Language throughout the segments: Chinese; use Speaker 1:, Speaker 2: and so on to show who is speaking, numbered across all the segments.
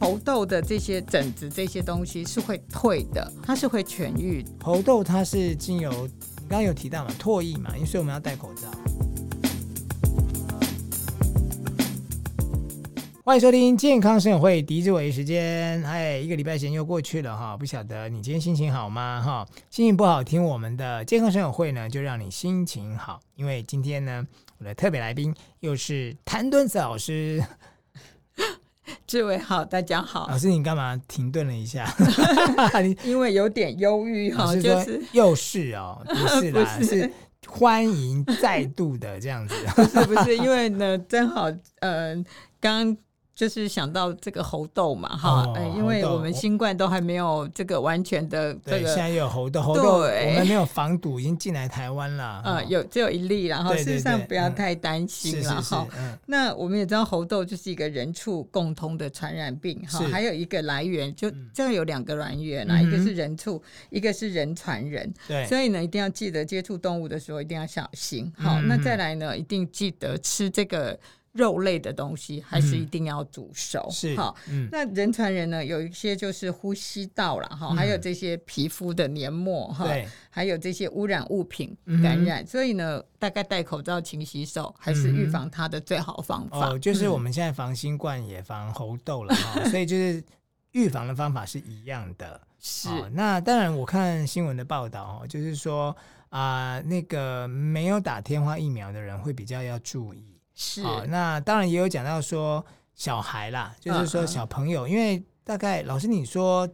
Speaker 1: 猴痘的这些疹子这些东西是会退的，它是会痊愈的。
Speaker 2: 猴痘它是经由刚刚有提到嘛，唾液嘛，因为所以我们要戴口罩。欢迎收听健康生友会狄志伟时间，哎，一个礼拜前又过去了哈，不晓得你今天心情好吗哈？心情不好，听我们的健康生友会呢，就让你心情好，因为今天呢，我的特别来宾又是谭敦子老师，
Speaker 1: 志伟好，大家好，
Speaker 2: 老师你干嘛停顿了一下？ 你
Speaker 1: 因为有点忧郁哈，
Speaker 2: 老师
Speaker 1: 哦就
Speaker 2: 说
Speaker 1: 是
Speaker 2: 又是哦，不是啦，
Speaker 1: 不是
Speaker 2: 是欢迎再度的这 样子。
Speaker 1: 不是不是，因为呢，正好呃，刚就是想到这个猴痘嘛哈、
Speaker 2: 哦
Speaker 1: 呃因为
Speaker 2: 猴痘
Speaker 1: 我们新冠都还没有这个完全的这
Speaker 2: 对，现
Speaker 1: 个
Speaker 2: 在又有猴痘，猴痘
Speaker 1: 对
Speaker 2: 我们没有防堵，已经进来台湾了。
Speaker 1: 呃
Speaker 2: 哦
Speaker 1: 有只有一例啦，然后
Speaker 2: 对
Speaker 1: 事
Speaker 2: 对
Speaker 1: 实上
Speaker 2: 对
Speaker 1: 不要
Speaker 2: 嗯
Speaker 1: 太担
Speaker 2: 是
Speaker 1: 心
Speaker 2: 是
Speaker 1: 了
Speaker 2: 是
Speaker 1: 哈。，
Speaker 2: 嗯，
Speaker 1: 那我们也知道猴痘就是一个人畜共通的传染病哈
Speaker 2: 是，
Speaker 1: 还有一个来源就
Speaker 2: 嗯
Speaker 1: 这样有两个来源啦，
Speaker 2: 嗯哼
Speaker 1: 一个是人畜，一个是人传人，
Speaker 2: 对，
Speaker 1: 所以呢一定要记得接触动物的时候一定要小心。好，
Speaker 2: 嗯嗯
Speaker 1: 那再来呢一定记得吃这个肉类的东西还是一定要煮熟。
Speaker 2: 是
Speaker 1: 好，，
Speaker 2: 嗯，
Speaker 1: 那人传人呢有一些就是呼吸道啦，哈，
Speaker 2: 嗯
Speaker 1: 还有这些皮肤的黏膜哈，
Speaker 2: 对，
Speaker 1: 还有这些污染物品
Speaker 2: 嗯哼
Speaker 1: 感染，所以呢，大概戴口罩、勤洗手还是预防它的最好方法。
Speaker 2: 嗯哦，就是
Speaker 1: 嗯
Speaker 2: 我们现在防新冠也防猴痘了哈，所以就是预防的方法是一样的。
Speaker 1: 是
Speaker 2: 哦那当然，我看新闻的报道哦，就是说啊、那个没有打天花疫苗的人会比较要注意。
Speaker 1: 是
Speaker 2: 好，那当然也有讲到说小孩啦，就是
Speaker 1: 嗯
Speaker 2: 说小朋友，因为大概老师你说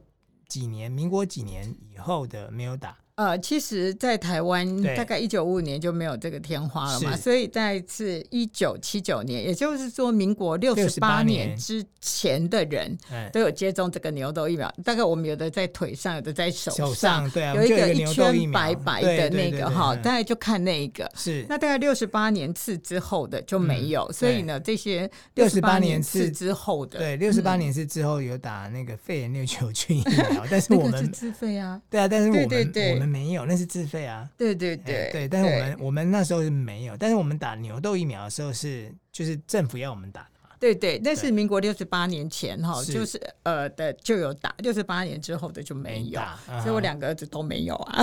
Speaker 2: 几年，民国几年以后的没有打，
Speaker 1: 呃，其实，在台湾
Speaker 2: 对
Speaker 1: 大概一九五五年就没有这个天花了嘛，
Speaker 2: 是
Speaker 1: 所以在是一九七九年，也就是说民国六十
Speaker 2: 68
Speaker 1: 八
Speaker 2: 年
Speaker 1: 年之前的人
Speaker 2: 嗯，
Speaker 1: 都有接种这个牛痘疫苗。大概我们有的在腿上，有的在手
Speaker 2: 手
Speaker 1: 上，
Speaker 2: 上对啊，
Speaker 1: 有
Speaker 2: 我们
Speaker 1: 一
Speaker 2: 就有
Speaker 1: 个
Speaker 2: 一
Speaker 1: 一
Speaker 2: 牛痘疫
Speaker 1: 圈
Speaker 2: 苗
Speaker 1: 白白
Speaker 2: 对
Speaker 1: 的
Speaker 2: 对
Speaker 1: 那
Speaker 2: 对
Speaker 1: 个
Speaker 2: 对
Speaker 1: 哈，
Speaker 2: 嗯
Speaker 1: 大概就看那一个。
Speaker 2: 是
Speaker 1: 那大概六十八年次之后的就没有，
Speaker 2: 嗯
Speaker 1: 所以呢，这些
Speaker 2: 68
Speaker 1: 年
Speaker 2: 年次
Speaker 1: 之后的，
Speaker 2: 对六十八
Speaker 1: 嗯
Speaker 2: 年是之后有打那个肺炎链球菌疫 苗，但是
Speaker 1: 那
Speaker 2: 我
Speaker 1: 个是
Speaker 2: 们
Speaker 1: 自费啊，
Speaker 2: 对啊，但是我
Speaker 1: 对
Speaker 2: 们
Speaker 1: 对对
Speaker 2: 我们没有，那是自费啊。
Speaker 1: 对对
Speaker 2: 哎
Speaker 1: 对
Speaker 2: 对，但是我们我们那时候是没有，但是我们打牛痘疫苗的时候是就是政府要我们打的嘛，
Speaker 1: 对对，那
Speaker 2: 对
Speaker 1: 是民国六十八年前哈，
Speaker 2: 是
Speaker 1: 就是呃的就有打，六十八年之后的就没有，
Speaker 2: 打，嗯
Speaker 1: 所以我
Speaker 2: 哼
Speaker 1: 两个儿子都没有啊。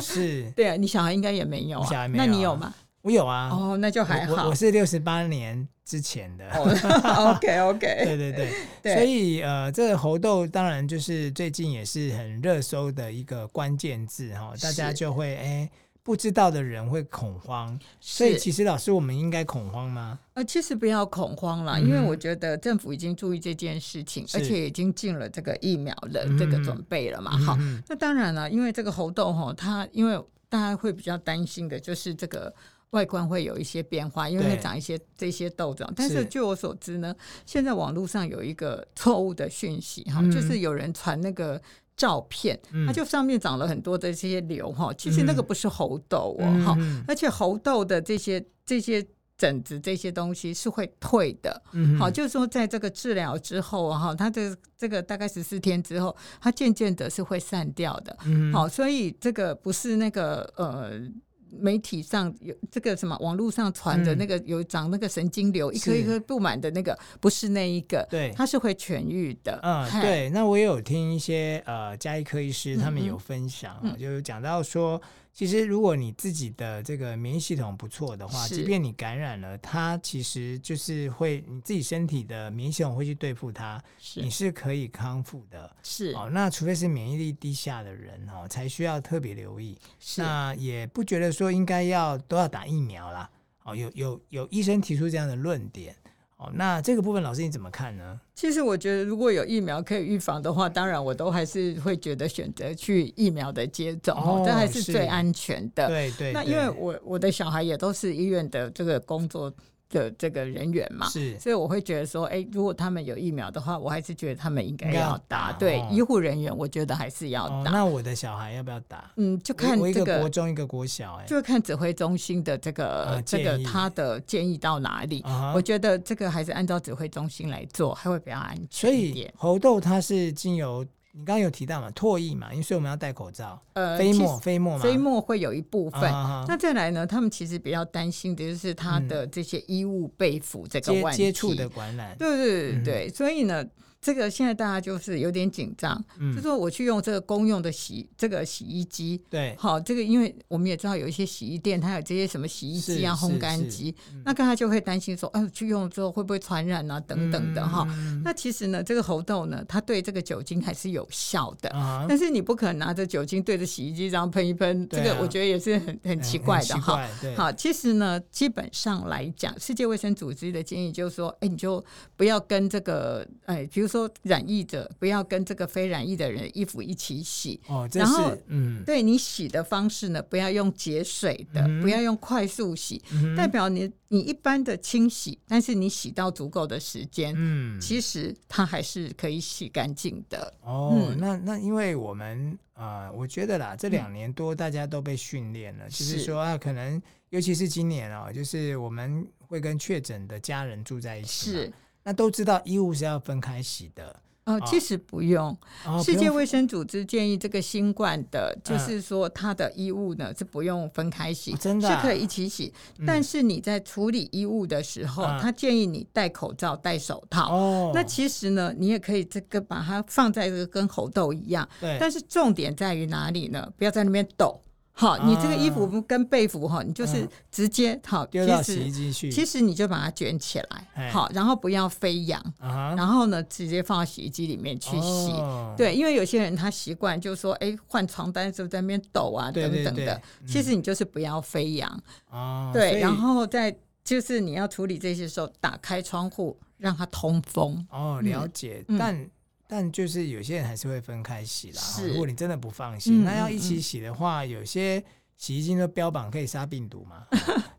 Speaker 2: 是，
Speaker 1: 对啊，你小孩应该也没有
Speaker 2: 我小
Speaker 1: 啊，
Speaker 2: 孩没有啊
Speaker 1: 那你有吗？
Speaker 2: 我有啊，
Speaker 1: 哦，那就还
Speaker 2: 我我
Speaker 1: 好
Speaker 2: 我。是六十八年之前的，
Speaker 1: OK
Speaker 2: 对
Speaker 1: OK，
Speaker 2: 对对，
Speaker 1: 哎对
Speaker 2: 所以呃，这个猴痘当然就是最近也是很热搜的一个关键字哈，大家
Speaker 1: 是
Speaker 2: 就会哎、不知道的人会恐慌，所以其实老师我们应该恐慌吗？
Speaker 1: 呃，其实不要恐慌啦，
Speaker 2: 嗯
Speaker 1: 因为我觉得政府已经注意这件事情，
Speaker 2: 是
Speaker 1: 而且已经进了这个疫苗的
Speaker 2: 嗯
Speaker 1: 这个准备了嘛。好，
Speaker 2: 嗯
Speaker 1: 那当然了，因为这个猴痘哈，它因为大家会比较担心的就是这个。外观会有一些变化，因为
Speaker 2: 对
Speaker 1: 会长一些这些痘状。但
Speaker 2: 是
Speaker 1: 是据我所知呢，现在网络上有一个错误的讯息哈，
Speaker 2: 嗯
Speaker 1: 就是有人传那个照片，
Speaker 2: 嗯
Speaker 1: 它就上面长了很多的这些瘤哈，其实那个
Speaker 2: 嗯
Speaker 1: 不是猴痘哦
Speaker 2: 嗯
Speaker 1: 哈，
Speaker 2: 嗯
Speaker 1: 而且猴痘的这些这些疹子这些东西是会退的，
Speaker 2: 嗯
Speaker 1: 好，就是说在这个治疗之后啊哈，它的这个大概十四天之后，它渐渐的是会散掉的。
Speaker 2: 嗯
Speaker 1: 好，所以这个不是那个呃。媒体上有这个什么，网络上传的
Speaker 2: 嗯
Speaker 1: 那个有长那个神经瘤，一颗
Speaker 2: 是
Speaker 1: 一颗布满的那个，不是那一个，
Speaker 2: 对
Speaker 1: 它是会痊愈的。
Speaker 2: 嗯，
Speaker 1: 嗨，
Speaker 2: 对，那我也有听一些呃加医科医师他们
Speaker 1: 嗯嗯
Speaker 2: 有分享啊，
Speaker 1: 嗯
Speaker 2: 就是讲到说，其实如果你自己的这个免疫系统不错的话，
Speaker 1: 是
Speaker 2: 即便你感染了，它其实就是会你自己身体的免疫系统会去对付它，
Speaker 1: 是
Speaker 2: 你是可以康复的。
Speaker 1: 是
Speaker 2: 哦，那除非是免疫力低下的人哦，才需要特别留意。
Speaker 1: 是，
Speaker 2: 那也不觉得说应该要都要打疫苗啦。哦，有有有医生提出这样的论点。哦，那这个部分老师你怎么看呢？
Speaker 1: 其实我觉得，如果有疫苗可以预防的话，当然我都还是会觉得选择去疫苗的接种，
Speaker 2: 哦
Speaker 1: 这还是
Speaker 2: 是
Speaker 1: 最安全的。
Speaker 2: 对对，
Speaker 1: 呃那
Speaker 2: 对
Speaker 1: 因为我我的小孩也都是医院的这个工作的这个人员嘛，
Speaker 2: 是
Speaker 1: 所以我会觉得说，哎，如果他们有疫苗的话，我还是觉得他们应该
Speaker 2: 应该要
Speaker 1: 要打。
Speaker 2: 打
Speaker 1: 对
Speaker 2: 哦，
Speaker 1: 医护人员我觉得还是要
Speaker 2: 哦，
Speaker 1: 打。
Speaker 2: 那我的小孩要不要打？
Speaker 1: 嗯，就
Speaker 2: 我
Speaker 1: 看
Speaker 2: 我一
Speaker 1: 这
Speaker 2: 个
Speaker 1: 个
Speaker 2: 国中，一个国小、哎，
Speaker 1: 就看指挥中心的这个、
Speaker 2: 啊
Speaker 1: 这个
Speaker 2: 建议
Speaker 1: 他的建议到哪里。
Speaker 2: 啊
Speaker 1: 我
Speaker 2: 哈，
Speaker 1: 觉得这个还是按照指挥中心来做，还会比较安
Speaker 2: 所
Speaker 1: 全一
Speaker 2: 以
Speaker 1: 点。
Speaker 2: 猴痘它是经由你刚刚有提到嘛，唾液嘛，因为所以我们要戴口罩，
Speaker 1: 呃，
Speaker 2: 飞
Speaker 1: 其
Speaker 2: 沫，
Speaker 1: 实
Speaker 2: 飞沫嘛，啊
Speaker 1: 飞沫会有一部
Speaker 2: 部
Speaker 1: 分。那再来呢？他们其实比较担心的就是他的这些衣物被服这个
Speaker 2: 嗯接
Speaker 1: 问题，
Speaker 2: 接触的感染，嗯
Speaker 1: 对对对对对，所以呢，这个现在大家就是有点紧张，就
Speaker 2: 嗯，
Speaker 1: 说我去用这个公用的洗这个洗衣机，
Speaker 2: 对，
Speaker 1: 好，这个因为我们也知道有一些洗衣店，它有这些什么洗衣机啊、
Speaker 2: 是
Speaker 1: 烘干
Speaker 2: 是
Speaker 1: 机
Speaker 2: 嗯，
Speaker 1: 那刚才就会担心说，哎，去用之后会不会传染啊，等等的哈。
Speaker 2: 嗯
Speaker 1: 那其实呢，这个猴痘呢，它对这个酒精还是有效的。
Speaker 2: 啊哈，
Speaker 1: 但是你不可能拿着酒精对着洗衣机这样喷一喷，
Speaker 2: 对
Speaker 1: 这
Speaker 2: 啊
Speaker 1: 个我觉得也是很很奇
Speaker 2: 嗯
Speaker 1: 怪
Speaker 2: 奇
Speaker 1: 的哈。
Speaker 2: 怪对，
Speaker 1: 好，其实呢，基本上来讲，世界卫生组织的建议就是说，哎，你就不要跟这个，哎，比如说染疫者，不要跟这个非染疫的人衣服一起洗，
Speaker 2: 哦，这
Speaker 1: 然后
Speaker 2: 是嗯，
Speaker 1: 对你洗的方式呢，不要用节水的，
Speaker 2: 嗯
Speaker 1: 不要用快速洗，
Speaker 2: 嗯
Speaker 1: 代表你你一般的清洗，但是你洗到足够的时间，
Speaker 2: 嗯，
Speaker 1: 其实它还是可以洗干净的。
Speaker 2: 哦，
Speaker 1: 嗯
Speaker 2: 那那因为我们呃，我觉得啦，这两年多大家都被训练了，就是
Speaker 1: 是
Speaker 2: 说啊，可能尤其是今年哦，就是我们会跟确诊的家人住在一起，
Speaker 1: 是，，
Speaker 2: 那都知道衣物是要分开洗的。
Speaker 1: 呃，
Speaker 2: 啊
Speaker 1: 其实不用。
Speaker 2: 哦，
Speaker 1: 世
Speaker 2: 不
Speaker 1: 界
Speaker 2: 用
Speaker 1: 卫生组织建议这个新冠的，就
Speaker 2: 嗯
Speaker 1: 是说它的衣物呢是不用分开洗，
Speaker 2: 哦真的啊
Speaker 1: 是可以一起洗。但是你在处理衣物的时候，
Speaker 2: 嗯
Speaker 1: 他建议你戴口罩、戴手套。
Speaker 2: 哦，
Speaker 1: 那其实呢，你也可以这个把它放在这个跟猴痘一样，
Speaker 2: 对，
Speaker 1: 但是重点在于哪里呢？不要在那边抖。好，你这个衣服跟被服哈，你就是
Speaker 2: 啊嗯
Speaker 1: 直接好，
Speaker 2: 丢到
Speaker 1: 其
Speaker 2: 洗衣
Speaker 1: 实
Speaker 2: 机去，
Speaker 1: 其实你就把它卷起
Speaker 2: 哎
Speaker 1: 来，好，然后不要飞扬，
Speaker 2: 啊哈
Speaker 1: 然后呢直接放到洗衣机里面去洗。
Speaker 2: 哦
Speaker 1: 对，因为有些人他习惯就说，哎，换床单是不是在那边抖啊，
Speaker 2: 对
Speaker 1: 等
Speaker 2: 对
Speaker 1: 等
Speaker 2: 对嗯
Speaker 1: 的。其实你就是不要飞扬，
Speaker 2: 哦，所
Speaker 1: 对，
Speaker 2: 以
Speaker 1: 然后再就是你要处理这些时候，打开窗户让它通风。
Speaker 2: 哦，了解，
Speaker 1: 嗯
Speaker 2: 但但就是有些人还是会分开洗啦。哈
Speaker 1: 是
Speaker 2: 如果你真的不放心，
Speaker 1: 嗯
Speaker 2: 那要一
Speaker 1: 嗯
Speaker 2: 起
Speaker 1: 嗯
Speaker 2: 洗的话，有些洗衣精都标榜可以杀病毒 嘛，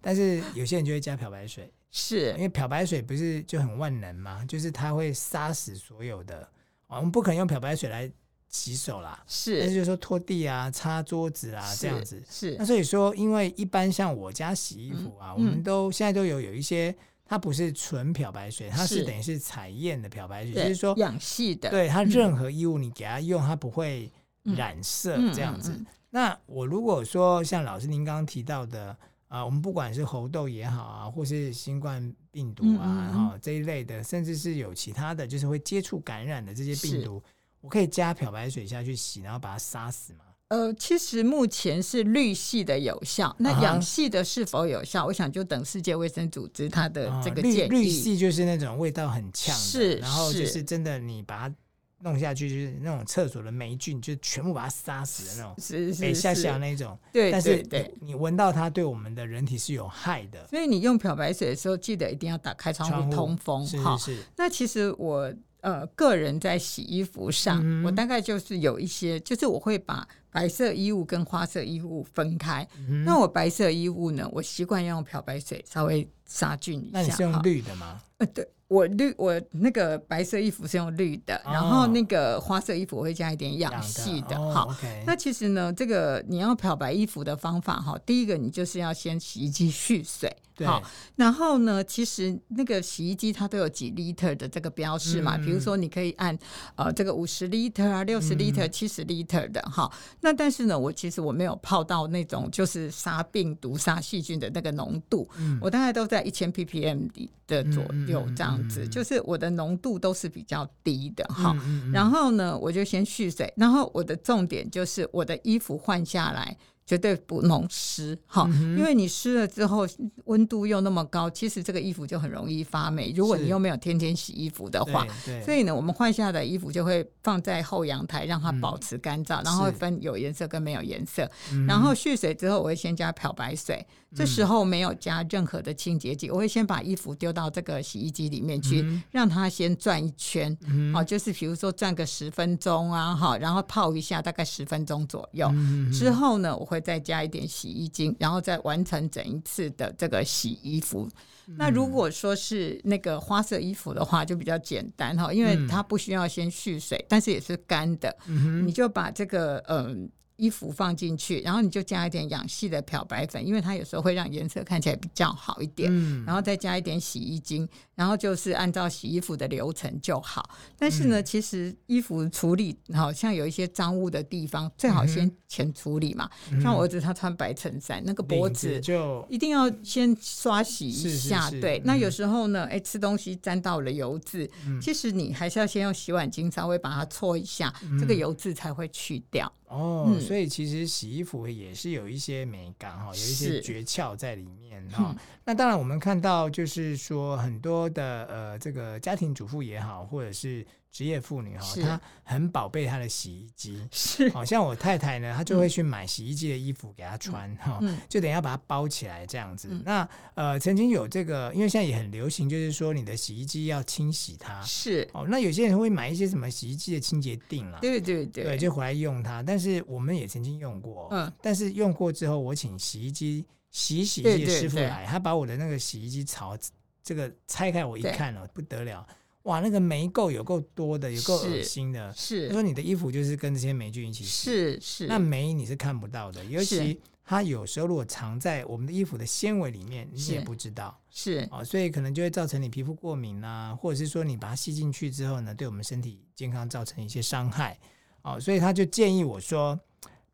Speaker 2: 但是有些人就会加漂白水，
Speaker 1: 是
Speaker 2: 因，为漂白水不是就很万能嘛，就是它会杀死所有的。哦我们不可能用漂白水来洗手啦，但是
Speaker 1: 是
Speaker 2: 就是说拖地啊、擦桌子啊这样
Speaker 1: 是
Speaker 2: 子。
Speaker 1: 是
Speaker 2: 那所以说，因为一般像我家洗衣服啊，
Speaker 1: 嗯
Speaker 2: 我们都现在都有有一些，它不是纯漂白水，它是
Speaker 1: 是
Speaker 2: 等于是采验的漂白水，就
Speaker 1: 对，
Speaker 2: 是说，
Speaker 1: 氧系的，
Speaker 2: 对它任何衣物你给它用，它不会染色
Speaker 1: 嗯，
Speaker 2: 这样子。
Speaker 1: 嗯嗯
Speaker 2: 那我如果说像老师您刚刚提到的啊、我们不管是猴痘也好啊，或是新冠病毒
Speaker 1: 嗯
Speaker 2: 啊，
Speaker 1: 嗯
Speaker 2: 哈、
Speaker 1: 嗯
Speaker 2: 这一类的，甚至是有其他的，就是会接触感染的这些病
Speaker 1: 是
Speaker 2: 毒，我可以加漂白水下去洗，然后把它杀死吗？
Speaker 1: 呃，其实目前是绿系的有效，那
Speaker 2: 啊哈
Speaker 1: 氧系的是否有效？我想就等世界卫生组织它的
Speaker 2: 啊
Speaker 1: 这个
Speaker 2: 绿
Speaker 1: 建
Speaker 2: 绿
Speaker 1: 议。
Speaker 2: 系就是那种味道很呛的，
Speaker 1: 是
Speaker 2: 然后就是
Speaker 1: 是
Speaker 2: 真的你把它弄下去，就是那种厕所的霉菌，就全部把它杀死的那种，
Speaker 1: 是是
Speaker 2: 北下下
Speaker 1: 是，
Speaker 2: 那种。
Speaker 1: 对
Speaker 2: 但
Speaker 1: 对
Speaker 2: 是
Speaker 1: 对。
Speaker 2: 你闻到它对我们的人体是有害的，
Speaker 1: 所以你用漂白水的时候，记得一定要打开窗
Speaker 2: 窗户
Speaker 1: 户通风。
Speaker 2: 是
Speaker 1: 好
Speaker 2: 是，是，
Speaker 1: 那其实我呃个人在洗衣服上，
Speaker 2: 嗯
Speaker 1: 我大概就是有一些，就是我会把白色衣物跟花色衣物分开。
Speaker 2: 嗯
Speaker 1: 那我白色衣物呢，我习惯用漂白水稍微杀菌一
Speaker 2: 那你
Speaker 1: 下。
Speaker 2: 是
Speaker 1: 哈
Speaker 2: 用绿的吗？
Speaker 1: 呃，对我绿我那个白色衣服是用绿的，然
Speaker 2: 哦
Speaker 1: 后那个花色衣服我会加一点氧系的。
Speaker 2: 哦
Speaker 1: 好，
Speaker 2: ，OK，
Speaker 1: 那其实呢，这个你要漂白衣服的方法哈，第一个你就是要先洗衣机蓄水，
Speaker 2: 对
Speaker 1: 好，然后呢，其实那个洗衣机它都有几 liter 的这个标示嘛，
Speaker 2: 嗯
Speaker 1: 比如说你可以按呃这个五十 liter 啊、六十 liter、七十 liter 的哈。那但是呢，我其实我没有泡到那种就是杀病毒、杀细菌的那个浓度，
Speaker 2: 嗯
Speaker 1: 我大概都在一千 ppm 的左右
Speaker 2: 嗯嗯嗯
Speaker 1: 这样子，
Speaker 2: 嗯嗯
Speaker 1: 就是我的浓度都是比较低的哈。
Speaker 2: 嗯嗯嗯
Speaker 1: 然后呢，我就先蓄水。然后我的重点就是我的衣服换下来绝对不弄湿哈，
Speaker 2: 嗯
Speaker 1: 因为你湿了之后温度又那么高，其实这个衣服就很容易发霉。如果
Speaker 2: 是
Speaker 1: 你又没有天天洗衣服的话。，
Speaker 2: 对
Speaker 1: 所
Speaker 2: 对，
Speaker 1: 以呢，我们换下的衣服就会放在后阳台，让它
Speaker 2: 嗯
Speaker 1: 保持干燥，然后
Speaker 2: 是
Speaker 1: 会分有颜色跟没有颜色。
Speaker 2: 嗯
Speaker 1: 然后蓄水之后，我会先加漂白水，这时候没有加任何的清洁剂，我会先把衣服丢到这个洗衣机里面去，
Speaker 2: 嗯
Speaker 1: 让它先转一圈，
Speaker 2: 嗯
Speaker 1: 好、就是比如说转个十分钟啊，哈，然后泡一下，大概十分钟左右。
Speaker 2: 嗯嗯嗯
Speaker 1: 之后呢，我会再加一点洗衣精，然后再完成整一次的这个洗衣服。
Speaker 2: 嗯
Speaker 1: 那如果说是那个花色衣服的话，就比较简单
Speaker 2: 嗯
Speaker 1: 哈，因为它不需要先蓄水，但是也是干的，
Speaker 2: 嗯哼
Speaker 1: 你就把这个嗯。衣服放进去，然后你就加一点氧系的漂白粉，因为它有时候会让颜色看起来比较好一点，
Speaker 2: 嗯
Speaker 1: 然后再加一点洗衣精，然后就是按照洗衣服的流程就好。但是
Speaker 2: 嗯
Speaker 1: 呢，其实衣服处理好像有一些脏污的地方，最
Speaker 2: 嗯
Speaker 1: 好先前处理嘛。像我儿子他穿白衬衫，那个脖
Speaker 2: 领
Speaker 1: 子
Speaker 2: 就
Speaker 1: 一定要先刷洗一下，
Speaker 2: 是是是
Speaker 1: 对。
Speaker 2: 嗯
Speaker 1: 那有时候呢，哎、吃东西沾到了油渍，其实你还是要先用洗碗巾稍微把它搓一下，
Speaker 2: 嗯
Speaker 1: 这个油渍才会去掉。
Speaker 2: 哦，
Speaker 1: 嗯
Speaker 2: 所以其实洗衣服也是有一些美感哈，有一些
Speaker 1: 是
Speaker 2: 诀窍在里面哈、那当然，我们看到就是说很多的呃，这个家庭主妇也好，或者是职业妇女哈，
Speaker 1: 是
Speaker 2: 她很宝贝她的洗衣机。
Speaker 1: 是，
Speaker 2: 好像我太太呢，她就会去买洗衣机的衣服给她穿哈、
Speaker 1: 嗯
Speaker 2: 就等一下把它包起来这样子。
Speaker 1: 嗯
Speaker 2: 那呃，曾经有这个，因为现在也很流行，就是说你的洗衣机要清洗它。
Speaker 1: 是，
Speaker 2: 哦，那有些人会买一些什么洗衣机的清洁定啊啦，
Speaker 1: 对对对，
Speaker 2: 对，就回来用它。但是我们也曾经用过，
Speaker 1: 嗯，
Speaker 2: 但是用过之后，我请洗衣机洗洗衣
Speaker 1: 对
Speaker 2: 机的
Speaker 1: 对
Speaker 2: 师傅
Speaker 1: 对
Speaker 2: 来，他把我的那个洗衣机槽这个拆开，我一
Speaker 1: 对
Speaker 2: 看哦，不得了，哇，那个霉垢有够多的，有够恶
Speaker 1: 是
Speaker 2: 心的。他
Speaker 1: 是
Speaker 2: 说你的衣服就是跟这些霉菌一起洗，
Speaker 1: 是是，
Speaker 2: 那霉你是看不到的，尤
Speaker 1: 是
Speaker 2: 其它有时候如果藏在我们的衣服的纤维里面，你也
Speaker 1: 是
Speaker 2: 不知道。
Speaker 1: 是
Speaker 2: 哦，所以可能就会造成你皮肤过敏啊，或者是说你把它吸进去之后呢，对我们身体健康造成一些伤害。哦，所以他就建议我说，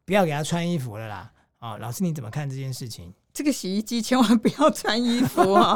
Speaker 2: 不要给他穿衣服了啦。哦，老师你怎么看这件事情？
Speaker 1: 这个洗衣机千万不要穿衣服 啊！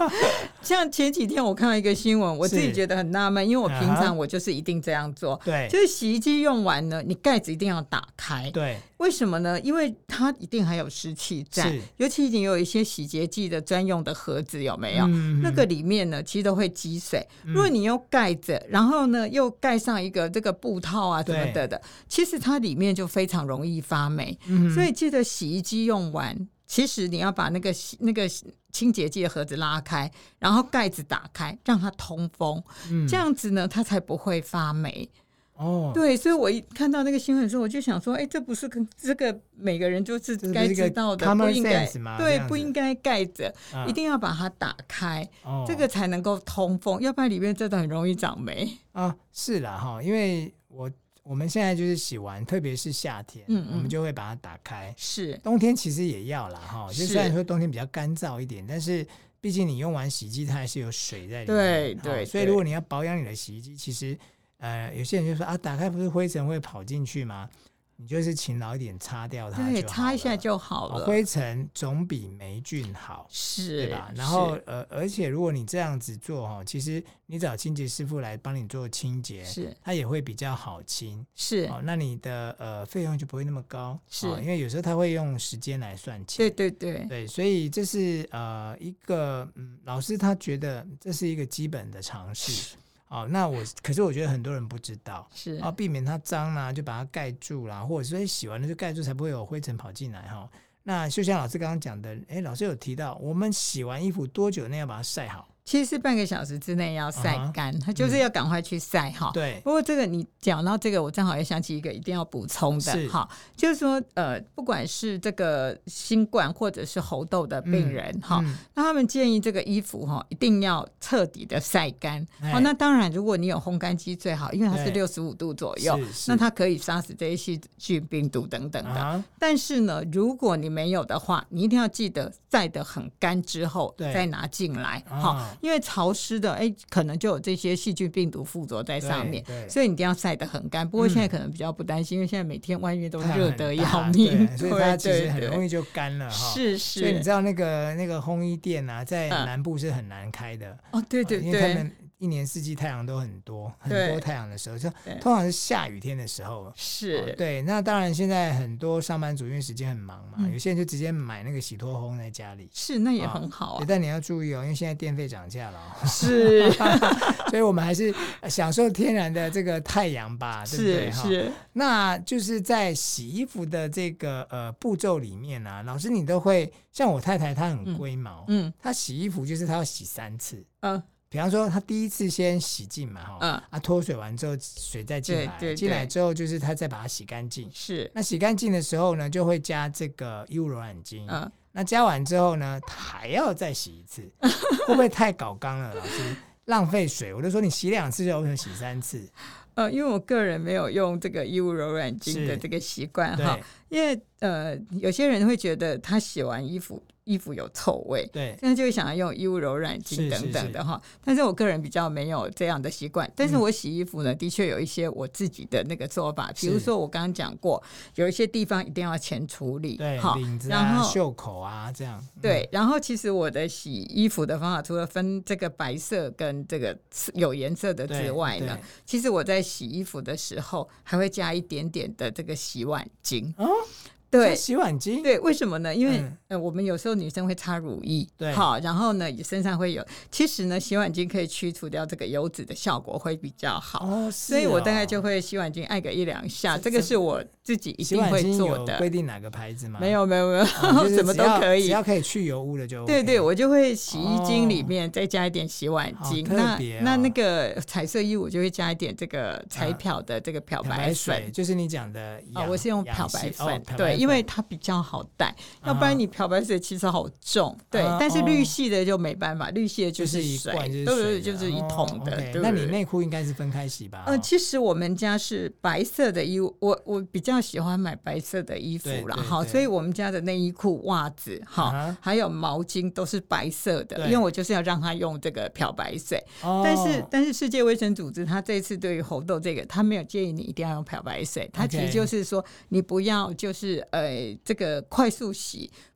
Speaker 1: 像前几天我看到一个新闻，我自己
Speaker 2: 是
Speaker 1: 觉得很纳闷，因为我平
Speaker 2: 啊哈
Speaker 1: 常我就是一定这样做。
Speaker 2: 对
Speaker 1: 就是洗衣机用完呢，你盖子一定要打开，
Speaker 2: 对，
Speaker 1: 为什么呢？因为它一定还有湿气在
Speaker 2: 是，
Speaker 1: 尤其你有一些洗洁剂的专用的盒子，有没有？
Speaker 2: 嗯
Speaker 1: 那个里面呢，其实都会积水。如果你又盖着，然后呢又盖上一个这个布套啊什
Speaker 2: 对
Speaker 1: 么的的，其实它里面就非常容易发霉。
Speaker 2: 嗯
Speaker 1: 所以记得洗衣机用完，其实你要把那个洗那个清洁剂的盒子拉开，然后盖子打开，让它通风，
Speaker 2: 嗯
Speaker 1: 这样子呢，它才不会发霉。
Speaker 2: 哦，
Speaker 1: 对，所以我一看到那个新闻的时候，我就想说，哎，这不是跟这个每个人就是
Speaker 2: 这不是
Speaker 1: 该
Speaker 2: 一个
Speaker 1: 知道的，
Speaker 2: common
Speaker 1: 不应该
Speaker 2: sense 嘛这
Speaker 1: 对
Speaker 2: 样，子
Speaker 1: 不应该盖着，
Speaker 2: 嗯
Speaker 1: 一定要把它打开，
Speaker 2: 哦
Speaker 1: 这个才能够通风，要不然里面真的很容易长霉。
Speaker 2: 啊是啦哈，因为我我们现在就是洗完，特别是夏天，
Speaker 1: 嗯
Speaker 2: 我们
Speaker 1: 嗯
Speaker 2: 就会把它打开。
Speaker 1: 是
Speaker 2: 冬天其实也要啦哈，就是虽然说冬天比较干燥一点，但是毕竟你用完洗衣机，它还是有水在里面。
Speaker 1: 对
Speaker 2: 哈
Speaker 1: 对
Speaker 2: 所以
Speaker 1: 对
Speaker 2: 如果你要保养你的洗衣机，其实呃，有些人就说啊，打开不是灰尘会跑进去吗？你就是勤劳一点擦掉它就好
Speaker 1: 对，
Speaker 2: 了，
Speaker 1: 擦一下就好
Speaker 2: 哦
Speaker 1: 了。
Speaker 2: 灰尘总比霉菌好。
Speaker 1: 是
Speaker 2: 对吧？然后
Speaker 1: 是
Speaker 2: 呃，而且如果你这样子做哈，其实你找清洁师傅来帮你做清洁，
Speaker 1: 是
Speaker 2: 它也会比较好清。
Speaker 1: 是，
Speaker 2: 哦，那你的呃费用就不会那么高，
Speaker 1: 是
Speaker 2: 哦因为有时候他会用时间来算
Speaker 1: 对
Speaker 2: 钱。
Speaker 1: 对对，
Speaker 2: 对，所以这是呃一个嗯，老师他觉得这是一个基本的常识。哦，那我可是我觉得很多人不知道，
Speaker 1: 是
Speaker 2: 啊，避免它脏啦、就把它盖住啦、或者说诶哎洗完了就盖住，才不会有灰尘跑进来哈、那就像老师刚刚讲的，哎，老师有提到，我们洗完衣服多久内要把它晒好？
Speaker 1: 其实是半个小时之内要晒
Speaker 2: 啊哈
Speaker 1: 干，它就是要赶快去晒哈。
Speaker 2: 对，
Speaker 1: 不过这个你讲到这个，我正好也想起一个一定要补充
Speaker 2: 是
Speaker 1: 的哈，就是说呃，不管是这个新冠或者是猴痘的病人哈、
Speaker 2: 嗯
Speaker 1: 那他们建议这个衣服哈一定要彻底的晒干。
Speaker 2: 哎
Speaker 1: 哦，那当然，如果你有烘干机最好，因为它是
Speaker 2: 对
Speaker 1: 六十五度左右
Speaker 2: 是是，
Speaker 1: 那它可以杀死这些细菌、病毒等等的。
Speaker 2: 啊，
Speaker 1: 但是呢，如果你没有的话，你一定要记得晒得很干之后
Speaker 2: 对
Speaker 1: 再拿进来，
Speaker 2: 啊
Speaker 1: 好、因为潮湿的，哎，可能就有这些细菌病毒附着在上面
Speaker 2: 对对，嗯
Speaker 1: 所以你一定要晒得很干。不过现在可能比较不担心，因为现在每天外面都
Speaker 2: 太阳
Speaker 1: 热
Speaker 2: 很
Speaker 1: 得
Speaker 2: 大
Speaker 1: 要命
Speaker 2: 对，所
Speaker 1: 对
Speaker 2: 以它其
Speaker 1: 对
Speaker 2: 实很
Speaker 1: 对
Speaker 2: 容易就干了哈。
Speaker 1: 是
Speaker 2: 所以你
Speaker 1: 是
Speaker 2: 知道那个那个烘衣店啊，在
Speaker 1: 嗯
Speaker 2: 南部是很难开的，
Speaker 1: 哦，对对
Speaker 2: 啊因为他
Speaker 1: 对，
Speaker 2: 们一年四季太阳都很多，很
Speaker 1: 对
Speaker 2: 多太阳的时候，就
Speaker 1: 对
Speaker 2: 通常是下雨天的时候。哦
Speaker 1: 是
Speaker 2: 对，那当然，现在很多上班族因为时间很忙嘛，
Speaker 1: 嗯
Speaker 2: 有些人就直接买那个洗脱烘在家里。
Speaker 1: 是，那也
Speaker 2: 啊
Speaker 1: 很好
Speaker 2: 对
Speaker 1: 啊，
Speaker 2: 但你要注意哦，因为现在电费涨价了哦、
Speaker 1: 是
Speaker 2: 所以我们还是享受天然的这个太阳吧，对不
Speaker 1: 是
Speaker 2: 对？哈，
Speaker 1: 是，
Speaker 2: 那就是在洗衣服的这个呃步骤里面啊，老师你都会像我太太她很
Speaker 1: 嗯
Speaker 2: 龟毛，
Speaker 1: 嗯
Speaker 2: 她洗衣服就是她要洗三次，
Speaker 1: 嗯
Speaker 2: 比方说，他第一次先洗净嘛，哈、
Speaker 1: 嗯
Speaker 2: 啊，脱水完之后水再进
Speaker 1: 对
Speaker 2: 来，
Speaker 1: 对
Speaker 2: 进来
Speaker 1: 对
Speaker 2: 之后就是他再把它洗干净。
Speaker 1: 是
Speaker 2: 那洗干净的时候呢，就会加这个 U 柔软巾。
Speaker 1: 嗯。
Speaker 2: 那加完之后呢，他还要再洗一次， 会不会太搞纲了，老师？浪费水，我就说你洗两次就为什么洗三次？
Speaker 1: 呃，因为我个人没有用这个衣物柔软巾的
Speaker 2: 是
Speaker 1: 这个习惯哈
Speaker 2: 对，
Speaker 1: 因为呃，有些人会觉得他洗完衣服衣服有臭味，
Speaker 2: 对
Speaker 1: 现在就会想要用衣物柔软
Speaker 2: 是
Speaker 1: 巾
Speaker 2: 是
Speaker 1: 等等的哈。但是我个人比较没有这样的习惯，但是我洗衣服呢，的确有一些我自己的那个做法，比如
Speaker 2: 是
Speaker 1: 说我刚刚讲过，有一些地方一定要前处理，
Speaker 2: 对，
Speaker 1: 哈
Speaker 2: 领子
Speaker 1: 然
Speaker 2: 啊、
Speaker 1: 后
Speaker 2: 袖口啊这样，嗯
Speaker 1: 对，然后其实我的洗衣服的方法，除了分这个白色跟这个刺有颜色的
Speaker 2: 对
Speaker 1: 之外呢
Speaker 2: 对，
Speaker 1: 其实我在洗衣服的时候还会加一点点的这个洗碗精。
Speaker 2: 哦，
Speaker 1: 对
Speaker 2: 这洗碗巾，
Speaker 1: 对，为什么呢？因为、
Speaker 2: 嗯
Speaker 1: 呃，我们有时候女生会擦乳液，
Speaker 2: 对
Speaker 1: 好，然后呢，也身上会有。其实呢，洗碗巾可以去除掉这个油脂的效果会比较好。
Speaker 2: 哦，
Speaker 1: 所以
Speaker 2: 是
Speaker 1: 我大概
Speaker 2: 哦
Speaker 1: 就会洗碗巾按个一两下，
Speaker 2: 这
Speaker 1: 这个
Speaker 2: 这
Speaker 1: 是我自己一
Speaker 2: 洗
Speaker 1: 定
Speaker 2: 碗
Speaker 1: 会
Speaker 2: 巾
Speaker 1: 做
Speaker 2: 有
Speaker 1: 的
Speaker 2: 规。定哪个牌子吗？
Speaker 1: 没有没有没有，
Speaker 2: 哦，就是
Speaker 1: 什么
Speaker 2: 只
Speaker 1: 都
Speaker 2: 要
Speaker 1: 可以，
Speaker 2: 只要可以去油污的就 OK、
Speaker 1: 对对，我就会洗衣
Speaker 2: 哦
Speaker 1: 精里面再加一点洗碗
Speaker 2: 好
Speaker 1: 精，
Speaker 2: 特
Speaker 1: 那
Speaker 2: 别哦
Speaker 1: 那那个彩色衣我就会加一点这个彩
Speaker 2: 嗯
Speaker 1: 漂的这个漂
Speaker 2: 漂白
Speaker 1: 水
Speaker 2: 水，就是你讲的
Speaker 1: 啊、
Speaker 2: 氧
Speaker 1: 我是用
Speaker 2: 氧
Speaker 1: 漂白
Speaker 2: 气
Speaker 1: 粉，
Speaker 2: 哦漂白
Speaker 1: 对，因为
Speaker 2: 粉
Speaker 1: 它比较好带，要不然你漂白水其实好重，对。
Speaker 2: 啊
Speaker 1: 但是
Speaker 2: 哦
Speaker 1: 绿系的就没办法，绿系的
Speaker 2: 就
Speaker 1: 就是
Speaker 2: 一
Speaker 1: 水，
Speaker 2: 罐就是
Speaker 1: 对
Speaker 2: 水
Speaker 1: 对，
Speaker 2: 的
Speaker 1: 就是一
Speaker 2: 哦
Speaker 1: 桶的。
Speaker 2: OK，
Speaker 1: 对
Speaker 2: 那
Speaker 1: 不
Speaker 2: 你
Speaker 1: 对
Speaker 2: 内裤应该是分开洗吧？
Speaker 1: 呃，
Speaker 2: 哦
Speaker 1: 其实我们家是白色的衣物，我我比较喜欢买白色的衣服
Speaker 2: 对
Speaker 1: 啦，
Speaker 2: 对
Speaker 1: 哈，
Speaker 2: 对
Speaker 1: 所以我们家的内衣裤、袜子，
Speaker 2: 啊
Speaker 1: 哈、
Speaker 2: 哈
Speaker 1: 还有毛巾都是白色的，
Speaker 2: 对
Speaker 1: 因为我就是要让他用这个漂白水。
Speaker 2: 哦
Speaker 1: 但是但是世界卫生组织它这次对于红豆这个，它没有建议你一定要用漂白水，它
Speaker 2: OK
Speaker 1: 其实就是说你不要就是呃这个快速洗。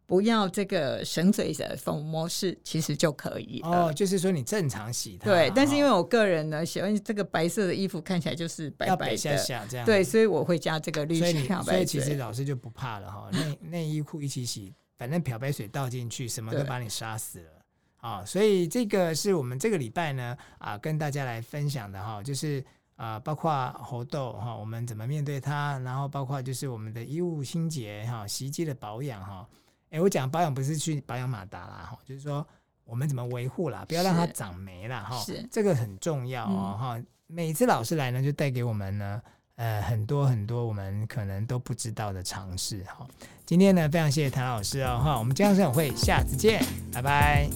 Speaker 1: 不要这个省水的粉模式，其实就可以了。
Speaker 2: 哦，就是说你正常洗它，
Speaker 1: 对，但是因为
Speaker 2: 哦
Speaker 1: 我个人呢，喜欢这个白色的衣服看起来就是白
Speaker 2: 要
Speaker 1: 白
Speaker 2: 白
Speaker 1: 的，
Speaker 2: 下下这样，
Speaker 1: 对，，所以我会加这个绿
Speaker 2: 所以你
Speaker 1: 漂
Speaker 2: 所以
Speaker 1: 白
Speaker 2: 其实
Speaker 1: 水。
Speaker 2: 老师就不怕了哈，内内衣裤一起洗，反正漂白水倒进去，什么都
Speaker 1: 对
Speaker 2: 把你杀死了。啊、所以这个是我们这个礼拜呢啊跟大家来分享的哈，就是啊包括猴痘哈，我们怎么面对它，然后包括就是我们的衣物清洁哈，洗衣机的保养哈。哎，我讲保养不是去保养马达啦哈，就是说我们怎么维护啦，不要让它
Speaker 1: 是
Speaker 2: 长霉啦哈
Speaker 1: 是，
Speaker 2: 这个很重要哦哈。每次老师来呢，就带给我们呢呃很多很多我们可能都不知道的尝试哈。今天呢，非常谢谢谭老师哦哈，我们江省会下次见，拜拜。